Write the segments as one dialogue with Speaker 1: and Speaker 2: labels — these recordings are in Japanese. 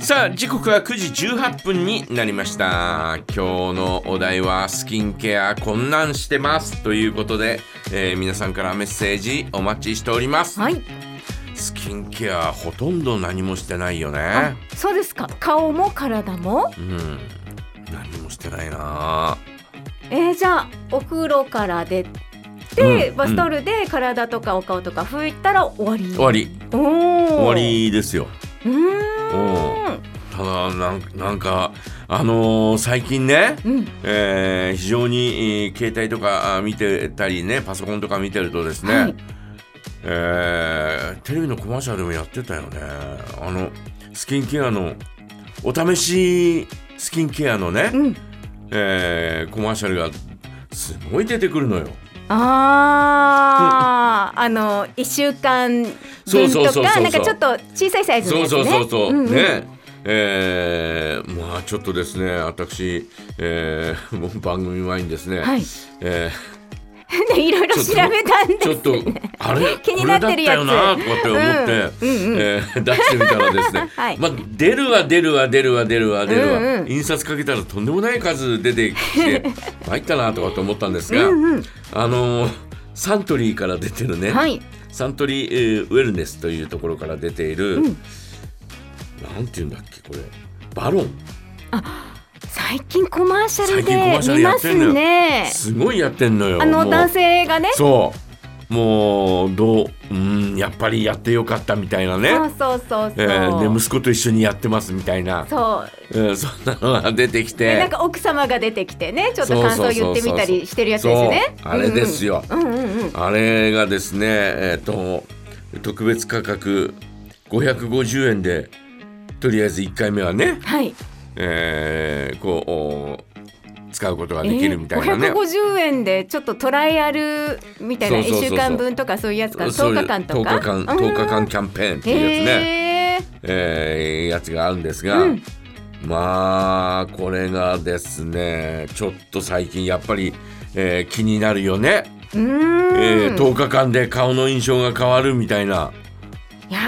Speaker 1: さあ時刻は9時18分になりました今日のお題はスキンケアこんなんしてますということで、えー皆さんからメッセージお待ちしております、
Speaker 2: はい。
Speaker 1: スキンケアほとんど何もしてないよね
Speaker 2: そうですか。顔も体も。
Speaker 1: うん何もしてないな
Speaker 2: えー、じゃあお風呂から出て、
Speaker 1: うん
Speaker 2: バスタオルで体とかお顔とか拭いたら終わり。
Speaker 1: 終わり
Speaker 2: おー
Speaker 1: 終わ。りですよ
Speaker 2: うーん。
Speaker 1: ただなんなんかあのー最近ね、
Speaker 2: うん。
Speaker 1: えー非常に、えー携帯とかあ見てたりねパソコンとか見てるとですね、
Speaker 2: はい
Speaker 1: えーテレビのコマーシャルでもやってたよねあのスキンケアのお試しスキンケアのね、
Speaker 2: うん。
Speaker 1: えーコマーシャルがすごい出てくるのよ。
Speaker 2: ああ、あの一週間分
Speaker 1: そうそうそう
Speaker 2: と
Speaker 1: そ
Speaker 2: か
Speaker 1: う
Speaker 2: なんかちょっと小さいサイズの
Speaker 1: そうそう
Speaker 2: やつね。
Speaker 1: そうそう、
Speaker 2: んん
Speaker 1: ねえーまあちょっとですね私、えー もう番組前にですね、
Speaker 2: はい。
Speaker 1: えー
Speaker 2: でいろいろ調べたんで
Speaker 1: ちょっとあれ
Speaker 2: 気になってるやつ
Speaker 1: これだったよなとかって思って、
Speaker 2: うんうんうん
Speaker 1: えー出してみたらですね、
Speaker 2: はい
Speaker 1: まあ出るわ出るわ出るわ出るわ出るわ、
Speaker 2: うんうん
Speaker 1: 印刷かけたらとんでもない数出てき て入ったなとかと思ったんですが、
Speaker 2: うんうん
Speaker 1: あのーサントリーから出てるね、
Speaker 2: はい。
Speaker 1: サントリー、えーウェルネスというところから出ている、
Speaker 2: うん
Speaker 1: なんていうんだっけこれバロン
Speaker 2: 最近コマーシャル
Speaker 1: 最近コマーシャル
Speaker 2: で見
Speaker 1: や
Speaker 2: ま
Speaker 1: ってんの
Speaker 2: す
Speaker 1: よ
Speaker 2: ね。
Speaker 1: すごいやってんのよ
Speaker 2: あの
Speaker 1: もう
Speaker 2: 男性がね。
Speaker 1: そうもうどううんやっぱりやってよかったみたいなね
Speaker 2: そうそうそうそう。
Speaker 1: えーで息子と一緒にやってますみたいな、
Speaker 2: そう。
Speaker 1: えーそんなのが出てき
Speaker 2: でなん
Speaker 1: て
Speaker 2: か奥様が出てきてね、ちょっと感想を言ってみたりしてるやつですよね。
Speaker 1: そうあれですよ、
Speaker 2: うんうん。うんうんうん。
Speaker 1: あれがですねえっ、と特別価格550円でとりあえず1回目はね、
Speaker 2: はい。
Speaker 1: えーこうお使うことができるみたいなね、
Speaker 2: えー550円でちょっとトライアルみたいな
Speaker 1: そうそうそうそう
Speaker 2: 1週間分とかそういうやつか
Speaker 1: そういう
Speaker 2: 10日間とか
Speaker 1: 10日間10日間キャンペーンっていうやつね、
Speaker 2: ね、
Speaker 1: えーやつがあるんですが、
Speaker 2: うん
Speaker 1: まあこれがですねちょっと最近やっぱり、えー気になるよね、
Speaker 2: えー、うーん、
Speaker 1: えー10日間で顔の印象が変わるみたいない
Speaker 2: や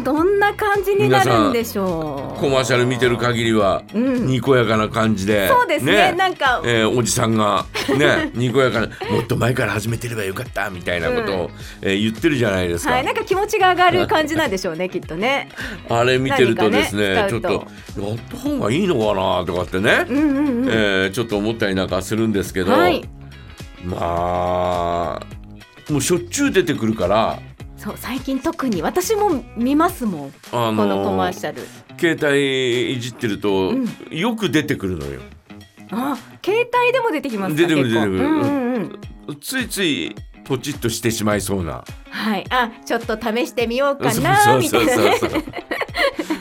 Speaker 2: ーどんな感じになるんでしょう
Speaker 1: コマーシャル見てる限りは、
Speaker 2: うん
Speaker 1: にこやかな感じで
Speaker 2: そうですねなんか
Speaker 1: えーおじさんがね にこやかなもっと前から始めてればよかったみたいなことを、えー言ってるじゃないですか、
Speaker 2: はい、なんか気持ちが上がる感じなんでしょうねきっとね
Speaker 1: あれ見てるとですね
Speaker 2: 何かね
Speaker 1: ち
Speaker 2: 使
Speaker 1: ょ
Speaker 2: う
Speaker 1: っ
Speaker 2: と
Speaker 1: とやった方がいいのかなとかってね、
Speaker 2: うんうんうん、
Speaker 1: えーちょっと思ったりなんかするんですけど、
Speaker 2: はい
Speaker 1: まあもうしょっちゅう出てくるから、
Speaker 2: そう最近特に私も見ますもん
Speaker 1: あのー
Speaker 2: このコマーシャル
Speaker 1: 携帯いじってると、
Speaker 2: ん
Speaker 1: よく出てくるのよ
Speaker 2: あ携帯でも出てきますか
Speaker 1: 出てくる
Speaker 2: 結構
Speaker 1: 出てくる
Speaker 2: うんうんうん
Speaker 1: ついついポチッとしてしまいそうな
Speaker 2: はいあちょっと試してみようか
Speaker 1: そう
Speaker 2: な
Speaker 1: そう
Speaker 2: みた
Speaker 1: そ
Speaker 2: いうなね
Speaker 1: そうそう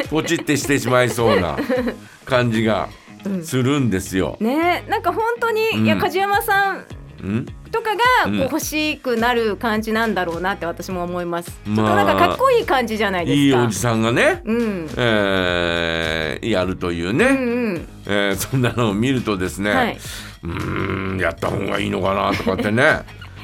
Speaker 1: ポチってしてしまいそうな感じが
Speaker 2: うん
Speaker 1: するんですよ。
Speaker 2: ねなんか本当に、
Speaker 1: うん
Speaker 2: いや梶山さん
Speaker 1: うん
Speaker 2: とかがこ
Speaker 1: う
Speaker 2: うん欲しくなる感じなんだろうなって私も思います、
Speaker 1: まあ
Speaker 2: ちょっとなんかかっこいい感じじゃないですか
Speaker 1: いいおじさんがね、
Speaker 2: うん
Speaker 1: えーやるというね、
Speaker 2: うんうん
Speaker 1: えーそんなのを見るとですね、
Speaker 2: はいう
Speaker 1: ーんやった方がいいのかなとかって ね、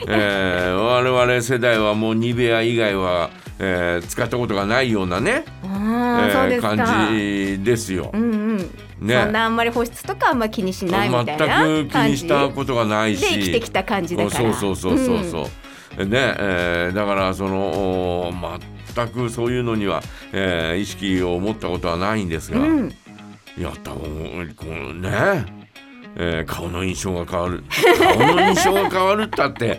Speaker 1: えー我々世代はもうニベア以外は、えー使ったことがないようなね、
Speaker 2: あ
Speaker 1: え
Speaker 2: ー
Speaker 1: ー
Speaker 2: そうですか
Speaker 1: 感じですよ
Speaker 2: う。んうん、そん
Speaker 1: ね
Speaker 2: なあんまり保湿とかあんま気にしないみたいな
Speaker 1: 全く気にした
Speaker 2: 感
Speaker 1: ことがない
Speaker 2: じ
Speaker 1: し
Speaker 2: で生きてきた感じだから
Speaker 1: そうそうそうそうそう、ね、えーだからそのおー全くそういうのには、えー意識を持ったことはないんです
Speaker 2: う
Speaker 1: が、
Speaker 2: ん、うん
Speaker 1: いや多分このね、えー顔の印象が変わる顔の印象が変わるったって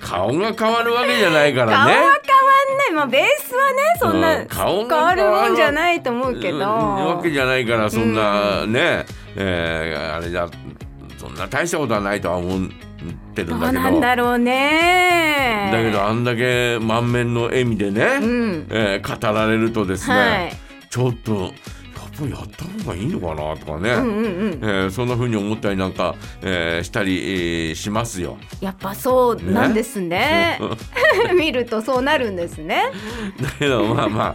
Speaker 1: 顔が変わるわけじゃないか
Speaker 2: 顔
Speaker 1: ら
Speaker 2: は変
Speaker 1: ね
Speaker 2: わんない、まあ、ベースはねそんな、
Speaker 1: うん顔
Speaker 2: 変わるもんじゃ
Speaker 1: い
Speaker 2: ないと思うけど、
Speaker 1: わけじゃないからそんなね、えーあれだそんな大したことはないとは思ってる
Speaker 2: ど
Speaker 1: ん
Speaker 2: う
Speaker 1: だけど
Speaker 2: なんだろうね
Speaker 1: だけどあんだけ満面の笑みでね、
Speaker 2: うん
Speaker 1: えー語られるとですね、
Speaker 2: はい
Speaker 1: ちょっとやっぱりやった方がいいのかなとかね、
Speaker 2: うんうんうん
Speaker 1: えーそんな風に思ったりなんか、えーしたり、えーしますよ。
Speaker 2: やっぱそうなん ですね。見るとそうなるんですね。
Speaker 1: だけどまあまあ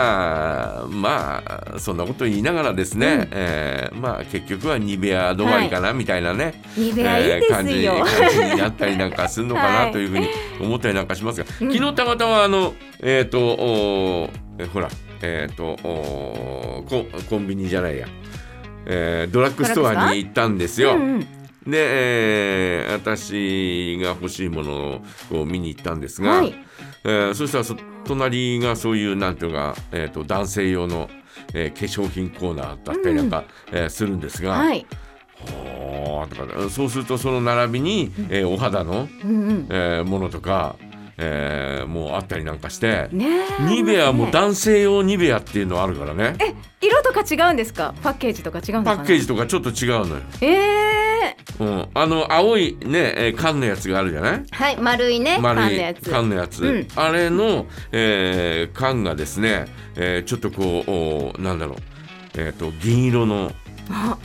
Speaker 1: まあまあそんなこと言いながらですね、えーまあ結局はニベア止まりかなみたいなね、
Speaker 2: ニベアいいで
Speaker 1: 感
Speaker 2: す
Speaker 1: じ
Speaker 2: よ。
Speaker 1: 感じになったりなんかするのか
Speaker 2: は
Speaker 1: ないというふうに思ったりなんかしますが、
Speaker 2: うん
Speaker 1: 昨日たまたまあのえっ、とおーえほらえっ、とおーココンビニじゃないや、えードラッグストアに行ったんですよ。
Speaker 2: うんうん
Speaker 1: で、えー私が欲しいものを見に行ったんですが、
Speaker 2: はい
Speaker 1: えーそしたらそ隣がそういうなんていうか、えー、と男性用の、えー化粧品コーナーだったりなんか、えーするんですが、
Speaker 2: はい。
Speaker 1: ほーとかそうするとその並びに、えーお肌の、
Speaker 2: うんうん。
Speaker 1: えーものとか、えーもうあったりなんかして、
Speaker 2: ねえ。
Speaker 1: ニベアも
Speaker 2: ね
Speaker 1: 男性用ニベアっていうのあるからね
Speaker 2: え色とか違うんですか？パッケージとか違うんですか、ね
Speaker 1: パ？ッケージ。とかちょっと違うのよ。
Speaker 2: ええ
Speaker 1: うん、あの青いね、えー缶のやつがあるじゃない
Speaker 2: はい丸いね
Speaker 1: 丸
Speaker 2: 缶の
Speaker 1: い
Speaker 2: やつ。
Speaker 1: 缶のやつ、
Speaker 2: うん
Speaker 1: あれの、えー缶がですね、えーちょっとこうおーなんだろう、えー、と銀色の
Speaker 2: あ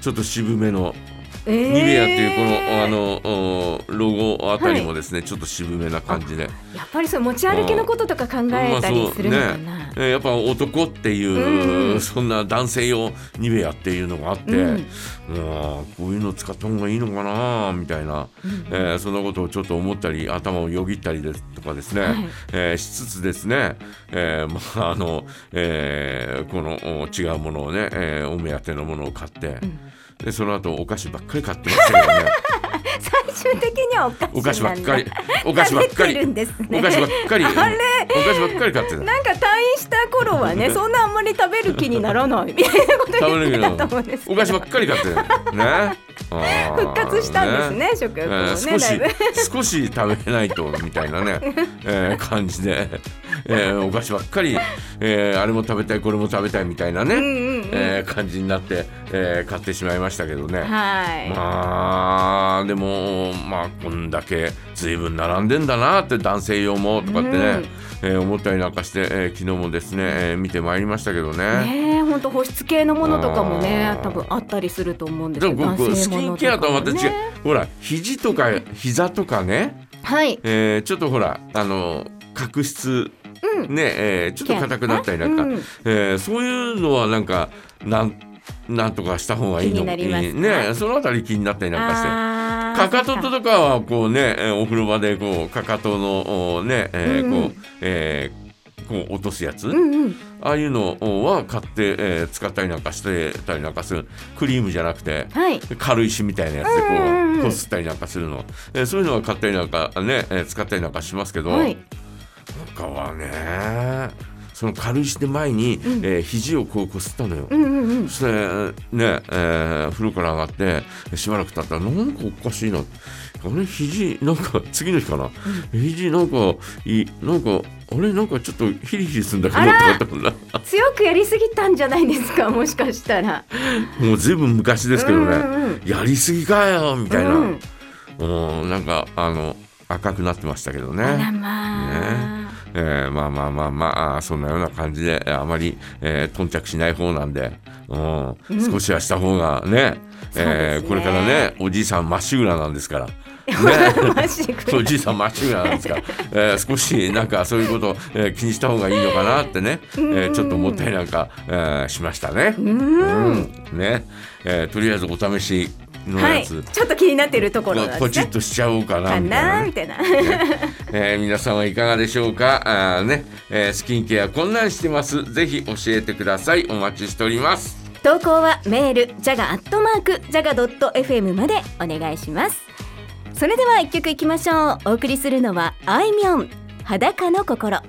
Speaker 1: ちょっと渋めの、
Speaker 2: ええ
Speaker 1: ニベアっていうこのあのおーロゴあたりもですね、ちょっと渋めな感じで、
Speaker 2: やっぱりそう持ち歩きのこととか考えたりするのかな。
Speaker 1: えーやっぱ男っていう、
Speaker 2: うんうん
Speaker 1: そんな男性用ニベアっていうのがあって、
Speaker 2: うん
Speaker 1: もうこういうの使った方がいいのかなみたいな、えーそんなことをちょっと思ったり頭をよぎったりですとかですね、
Speaker 2: はい
Speaker 1: えーしつつですね、えーまああのえーこのお違うものをね、えーお目当てのものを買って、でその後お菓子ばっかり買ってましたけどね
Speaker 2: 最終的にはお菓子なん
Speaker 1: お菓子ば
Speaker 2: だ
Speaker 1: っかりお菓子ばっか
Speaker 2: 食べて
Speaker 1: り、
Speaker 2: るんですね
Speaker 1: お菓子ばっかりお
Speaker 2: あれ
Speaker 1: 菓子ばっかり買ってた。
Speaker 2: なんか退院した頃はねそんなあんまり食べる気にならないみたいなこと
Speaker 1: 食
Speaker 2: 言
Speaker 1: べ
Speaker 2: って
Speaker 1: る
Speaker 2: たと
Speaker 1: け
Speaker 2: 思うんですけ
Speaker 1: ど
Speaker 2: ど
Speaker 1: お菓子ばっかり買ってるね あー
Speaker 2: 復活したんですね食欲
Speaker 1: え
Speaker 2: もね、
Speaker 1: ー少
Speaker 2: だい
Speaker 1: し
Speaker 2: ぶ
Speaker 1: 少し食べないとみたいな ね、えー感じで、えーお菓子ばっかり、えーあれも食べたいこれも食べたいみたいなね、
Speaker 2: うんうんうん
Speaker 1: えー感じになって、えー買ってしまいましたけどね。
Speaker 2: はい、
Speaker 1: まあでもまあこんだけ随分並んでんだなって男性用もとかってね、
Speaker 2: うん
Speaker 1: えー思ったりなんかして、えー昨日もですね、えー見てまいりましたけど
Speaker 2: ねえ本当保湿系のものとかもね
Speaker 1: あー
Speaker 2: 多分あったりすると思うんです
Speaker 1: で
Speaker 2: け
Speaker 1: も
Speaker 2: ど
Speaker 1: 僕
Speaker 2: 男
Speaker 1: ス
Speaker 2: 性
Speaker 1: キ
Speaker 2: もの
Speaker 1: ン
Speaker 2: と
Speaker 1: ケアと
Speaker 2: か
Speaker 1: は
Speaker 2: も
Speaker 1: また違う、
Speaker 2: ね
Speaker 1: ほら肘とか膝とかね、
Speaker 2: はい
Speaker 1: えーちょっとほらあの角質
Speaker 2: う
Speaker 1: ね、えーちょっと硬くなったりなんか、
Speaker 2: うん
Speaker 1: えーそういうのはなんかなんなんとかした方がいいの
Speaker 2: 気になりますか
Speaker 1: ねそのあたり気になったりなんかして。
Speaker 2: あー
Speaker 1: かかととかはこうね、えーお風呂場でこうかかとのおね、えー
Speaker 2: うんうん
Speaker 1: こう、えーこう落とすやつ、
Speaker 2: うんうん
Speaker 1: ああいうのは買って、えー使ったりなんかしてたりなんかするクリームじゃなくて
Speaker 2: はい
Speaker 1: 軽石みたいなやつでこ
Speaker 2: うんうんうん
Speaker 1: うこすったりなんかするの、えーそういうのは買ったりなんかね、えー使ったりなんかしますけど、
Speaker 2: はい
Speaker 1: 他はねその軽石で前に、えー肘をこうこすったのよ。
Speaker 2: うんうんうん
Speaker 1: そしてね、えー風呂から上がってしばらく経ったらなんかおかしいなあれ肘なんか次の日かな、肘なんかいなんかあれなんかちょっとヒリヒリするんだけど
Speaker 2: あ
Speaker 1: と
Speaker 2: ら
Speaker 1: かって思っ
Speaker 2: 強くやりすぎたんじゃないですかもしかしたら
Speaker 1: たもうずいぶん昔ですけどね、
Speaker 2: うんうん
Speaker 1: やりすぎかよみたいな、
Speaker 2: う
Speaker 1: うん
Speaker 2: ん、
Speaker 1: なんかあの赤くなってましたけどね。
Speaker 2: あらまあ、
Speaker 1: えーまあまあまあまああーそんなような感じでえーあまり、えー頓着しない方なんで、うん少しはした方がね,、
Speaker 2: そう
Speaker 1: えー
Speaker 2: ですね
Speaker 1: これからねおじいさんまっしぐらなんです から。
Speaker 2: マジで
Speaker 1: そうおじいさんまっしぐらなんですから、えー少しなんかそういうことを、えー気にした方がいいのかなってね、えーちょっと思ったりなんか、えーしましたね。うんねえーとりあえずお試しの
Speaker 2: は
Speaker 1: や
Speaker 2: い、
Speaker 1: つ、
Speaker 2: ちょっと気になってるところなん
Speaker 1: ポ
Speaker 2: で
Speaker 1: チ
Speaker 2: す
Speaker 1: ッ
Speaker 2: ね。
Speaker 1: としちゃおうかな
Speaker 2: か
Speaker 1: みたいな
Speaker 2: な
Speaker 1: ね
Speaker 2: みたいな。
Speaker 1: えー皆さんはいかがでしょうかあーね、えースキンケアこんなんしてますぜひ教えてくださいお待ちしております
Speaker 2: 投稿はメールジャガアットマークジャガドット fm までお願いします。それでは一曲いきましょう。お送りするのはあいみょん裸の心。